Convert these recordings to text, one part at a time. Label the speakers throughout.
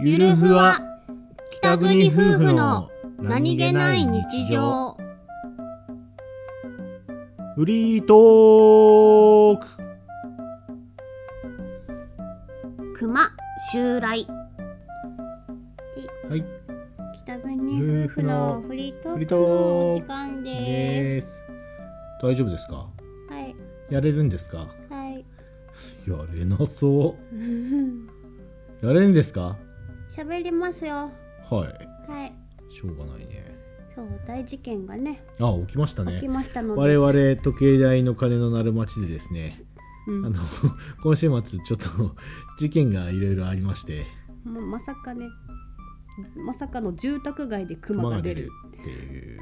Speaker 1: ゆるふわ北国夫婦のフリートーク
Speaker 2: 熊襲来
Speaker 1: はい
Speaker 2: 北国夫婦のフリート
Speaker 1: フリー
Speaker 2: ーク
Speaker 1: ト
Speaker 2: の
Speaker 1: ー
Speaker 2: お時
Speaker 1: ク
Speaker 2: 間で
Speaker 1: ですす大丈夫ですか
Speaker 2: はい
Speaker 1: やれるんですか
Speaker 2: はい
Speaker 1: やれなそやれるんですか
Speaker 2: 喋りますよ
Speaker 1: はい
Speaker 2: はい
Speaker 1: しょうがないね
Speaker 2: そう大事件がね
Speaker 1: あ起きました
Speaker 2: 起き
Speaker 1: ね
Speaker 2: ましたので
Speaker 1: 我々時計台の鐘の鳴る町でですね
Speaker 2: うん
Speaker 1: あの 今週末ちょっと事件がいろいろありまして
Speaker 2: ままさかねまさかの住宅街で熊
Speaker 1: 熊
Speaker 2: が
Speaker 1: が
Speaker 2: 出
Speaker 1: 出
Speaker 2: る
Speaker 1: るっていう、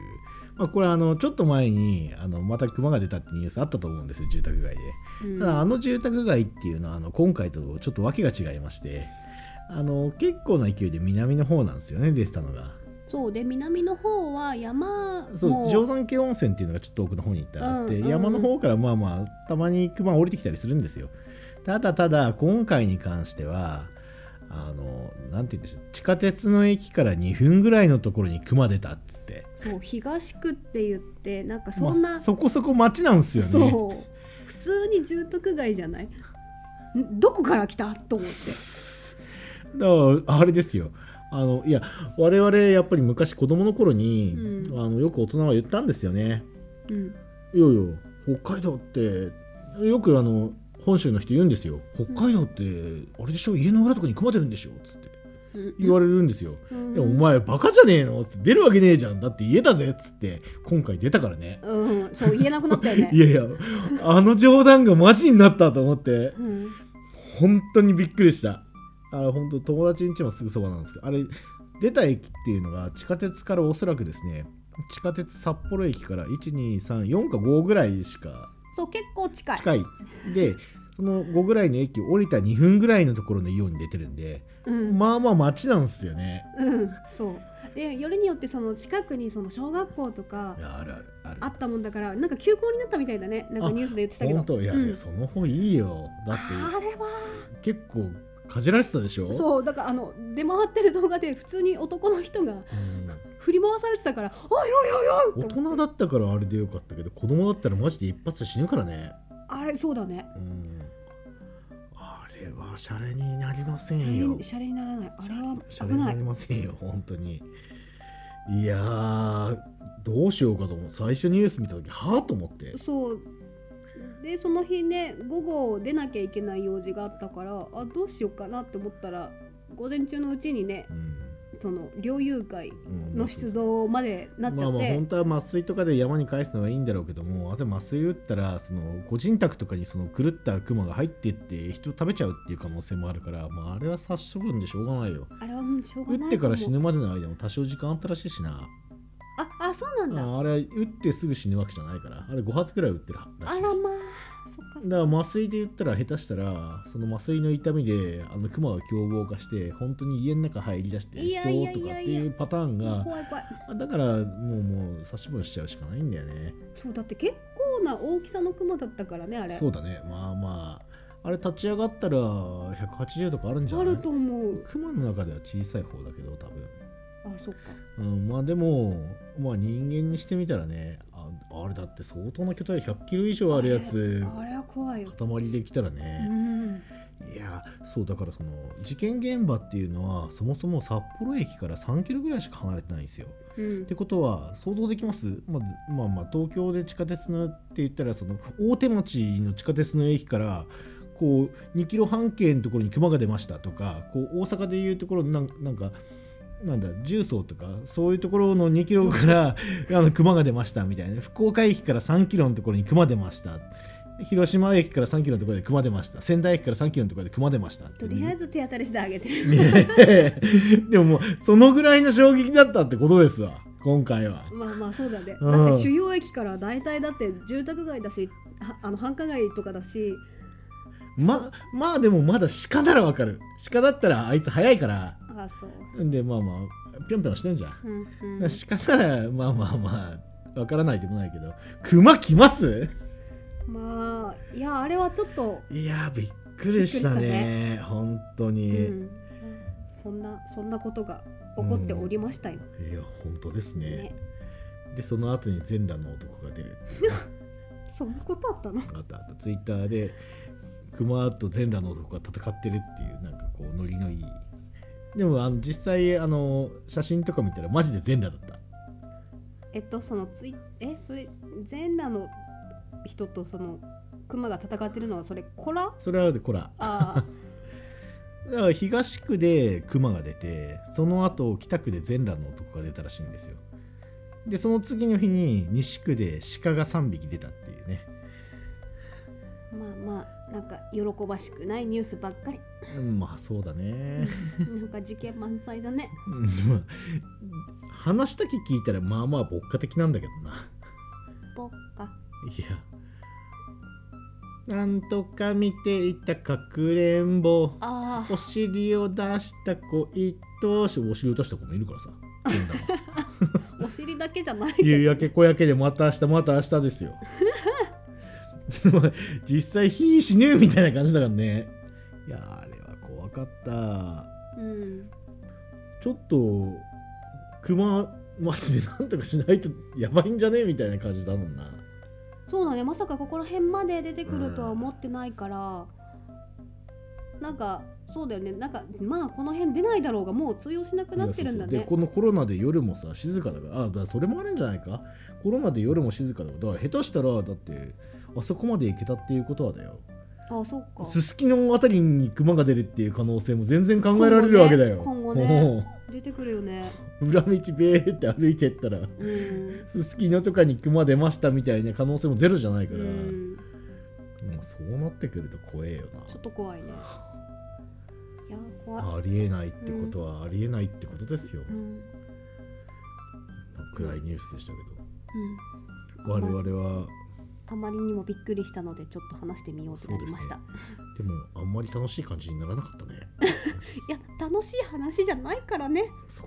Speaker 1: まあ、これあのちょっと前にあのまた熊が出たってニュースあったと思うんですよ住宅街で
Speaker 2: うん
Speaker 1: ただあの住宅街っていうのはあの今回とちょっと訳が違いましてあの結構な勢いで南の方なんですよね出てたのが
Speaker 2: そうで南の方は山
Speaker 1: そ
Speaker 2: も
Speaker 1: う定山渓温泉っていうのがちょっと奥の方に行ったらあって、
Speaker 2: うんうん
Speaker 1: 山の方からまあまあたまに熊降りてきたりするんですよただただ今回に関してはあのなんて言うんでしょう地下鉄の駅から2分ぐらいのところに熊出たっつって
Speaker 2: そう東区って言ってなんかそん
Speaker 1: ま
Speaker 2: な、
Speaker 1: あそこそこ町なんですよね
Speaker 2: そう普通に住宅街じゃないんどこから来たと思って
Speaker 1: だからあれですよあのいや我々やっぱり昔子供の頃に、
Speaker 2: うん
Speaker 1: あのよく大人は言ったんですよね
Speaker 2: うん
Speaker 1: いやいや北海道ってよくあの本州の人言うんですよ北海道って、あれでしょ家の裏とかに熊出るんでしょつって言われるんですよ、
Speaker 2: うん
Speaker 1: でもお前バカじゃねえのつって出るわけねえじゃんだって家だぜっつって今回出たからね、
Speaker 2: うんそう言えなくなったよ ね
Speaker 1: いやいやあの冗談がマジになったと思って
Speaker 2: うん
Speaker 1: 本当にびっくりしたあれ本当友達ん家もすぐそばなんですけどあれ出た駅っていうのが地下鉄からおそらくですね地下鉄札幌駅から1234か5ぐらいしか
Speaker 2: そう結構近い
Speaker 1: 近い、でその5ぐらいの駅を降りた2分ぐらいのところのイオンに出てるんで、
Speaker 2: うん
Speaker 1: まあまあ街なんですよね
Speaker 2: うん、そうでよりによってその近くにその小学校とか
Speaker 1: いやあるあるある
Speaker 2: あったもんだからなんか休校になったみたいだねなんかニュースで言ってたけど
Speaker 1: 本当いや、
Speaker 2: うん
Speaker 1: その方いいよだっ
Speaker 2: あれは
Speaker 1: て結構かじられてたでしょう、
Speaker 2: そうだからあの出回ってる動画で普通に男の人が
Speaker 1: ん、
Speaker 2: 振り回されてたから「おいおいおいお
Speaker 1: 大
Speaker 2: い!と思って」
Speaker 1: 人だったからあれでよかったけど子供だったらマジで一発で死ぬからね
Speaker 2: あれそうだね
Speaker 1: うんあれはシャレになりませ
Speaker 2: シャ
Speaker 1: ん
Speaker 2: レ
Speaker 1: よ
Speaker 2: に。シャレにならないあれは
Speaker 1: シ
Speaker 2: 危
Speaker 1: ャレに
Speaker 2: な
Speaker 1: なり
Speaker 2: い
Speaker 1: ませんよ、本当に。いやー、どうしようかと思う。最初ニュース見たとき、はぁと思って。
Speaker 2: そうでその日ね午後出なきゃいけない用事があったからあどうしようかなって思ったら午前中のうちにね
Speaker 1: うん
Speaker 2: その猟友会
Speaker 1: うん
Speaker 2: の出動までなっちゃ
Speaker 1: まあ
Speaker 2: っ
Speaker 1: まあ
Speaker 2: て
Speaker 1: 本当は麻酔とかで山に返すのはいいんだろうけどもあと麻酔打ったらその個人宅とかにその狂ったクマが入ってって人食べちゃうっていう可能性もあるから、まあ、あれは殺処分でしょうがないよ
Speaker 2: あれはもうしょうがない
Speaker 1: 打ってから死ぬ
Speaker 2: も
Speaker 1: ま
Speaker 2: う
Speaker 1: での間も多少時間あったらしいしな
Speaker 2: ああそうなんだ
Speaker 1: ああれ打ってすぐ死ぬわけじゃないからあれ5発ぐらい打ってるらし
Speaker 2: あ
Speaker 1: い
Speaker 2: らまあそっかそっか
Speaker 1: だから麻酔で言ったら下手したらその麻酔の痛みであのクマが凶暴化して本当に家の中入り出して
Speaker 2: い
Speaker 1: 人
Speaker 2: やいや
Speaker 1: をと
Speaker 2: い
Speaker 1: かっ
Speaker 2: や
Speaker 1: て
Speaker 2: いや
Speaker 1: いうパターンが
Speaker 2: 怖い怖い
Speaker 1: あだからもうもう差し分しちゃうしかないんだよね
Speaker 2: そうだって結構な大きさのクマだったからねあれ
Speaker 1: そうだねまあまああれ立ち上がったら180とかあるんじゃ
Speaker 2: あ
Speaker 1: ない
Speaker 2: ると思う
Speaker 1: クマの中では小さい方だけど多分、
Speaker 2: あそっか
Speaker 1: うん、まあでもまあ人間にしてみたらねああれだって相当な巨体100キロ以上あるやつ
Speaker 2: あれは怖いよ
Speaker 1: 塊できたら
Speaker 2: う
Speaker 1: ね、
Speaker 2: ん
Speaker 1: いやそうだからその事件現場っていうのはそもそも札幌駅から3キロぐらいしか離れてないんですよ。
Speaker 2: うん
Speaker 1: ってことは想像できます、まあ、まあまあ東京で地下鉄のって言ったらその大手町の地下鉄の駅からこう2キロ半径のところに熊が出ましたとかこう大阪でいうところのなんなんかなんだ重曹とかそういうところの2キロから あの熊が出ましたみたいな福岡駅から3キロのところに熊出ました広島駅から3キロのところで熊出ました仙台駅から3キロのところで熊出ました
Speaker 2: とりあえず手当たりしてあげてる
Speaker 1: ねでももうそのぐらいの衝撃だったってことですわ今回は。
Speaker 2: まあまあそうだね
Speaker 1: うん
Speaker 2: だって主要駅から大体だって住宅街だしはあの繁華街とかだし
Speaker 1: ままあでもまだ鹿ならわかる鹿だったらあいつ早いから
Speaker 2: あそう
Speaker 1: んでまあまあぴょんぴょんしてんじゃん、
Speaker 2: うんうん
Speaker 1: 鹿ならまあまあまあわからないでもないけど熊来ます
Speaker 2: まあいやあれはちょっと
Speaker 1: いやびっくりしたね
Speaker 2: びっくり
Speaker 1: 本当
Speaker 2: う
Speaker 1: に、
Speaker 2: んそんなそんなことが起こっておりましたよ。
Speaker 1: いや本当ですね
Speaker 2: ね
Speaker 1: でその後に全裸の男が出る
Speaker 2: そんなことあったの
Speaker 1: あったあったツイッターで熊と全裸の男が戦ってるっていうなんかこうノリのいいでもあの実際あの写真とか見たらマジで全裸だった
Speaker 2: えっとそのツイえそれ全裸の人とそのクマが戦ってるのはそれコラ
Speaker 1: それはでこら
Speaker 2: あ
Speaker 1: だから東区で熊が出てその後北区で全裸の男が出たらしいんですよでその次の日に西区で鹿が3匹出たっていうね
Speaker 2: ーまあまあなんか喜ばしくないニュースばっかり
Speaker 1: うんまあそうだね
Speaker 2: なんか事件満載だね
Speaker 1: うんまあ話だけ聞いたらまあまあ牧歌的なんだけどな
Speaker 2: ぼっか
Speaker 1: いやなんとか見ていたかくれんぼ
Speaker 2: あ
Speaker 1: お尻を出した子一頭しお尻を出した子もいるからさ全裸は
Speaker 2: あお尻だけじゃない
Speaker 1: 夕焼け小焼けでまた明日また明日ですよ 実際ひい死ぬみたいな感じだからねいやあれは怖かった
Speaker 2: うん
Speaker 1: ちょっと熊マジでなんとかしないとやばいんじゃねみたいな感じだもんな
Speaker 2: そうだねまさかここら辺まで出てくるとは思ってないから、なんかそうだよねなんかまあこの辺出ないだろうがもう通用しなくなってるんだ
Speaker 1: いやそ
Speaker 2: ね
Speaker 1: うそうでこのコロナで夜もさ静かだからあだからそれもあるんじゃないかコロナで夜も静かだからだから下手したらだってあそこまで行けたっていうことはだよ
Speaker 2: ああそっか
Speaker 1: すすきのあたりに熊が出るっていう可能性も全然考えられるわけだよ
Speaker 2: 今後ね
Speaker 1: も
Speaker 2: 出てくる よね
Speaker 1: う裏道べーって歩いてったら
Speaker 2: うん、
Speaker 1: すすきのとかに熊出ましたみたいな可能性もゼロじゃないうから、
Speaker 2: ん、
Speaker 1: まあそうなってくると怖えよな
Speaker 2: ちょっと怖いねいや怖い、
Speaker 1: ありえないってことはありえないってことですよ、
Speaker 2: うん
Speaker 1: 暗いニュースでしたけ
Speaker 2: うん、
Speaker 1: ど我々は
Speaker 2: あまりにもびっくりしたのでちょっと話してみようとなりました、
Speaker 1: でもあんまり楽しい感じにならなかったね
Speaker 2: いや楽しい話じゃないからね
Speaker 1: そっ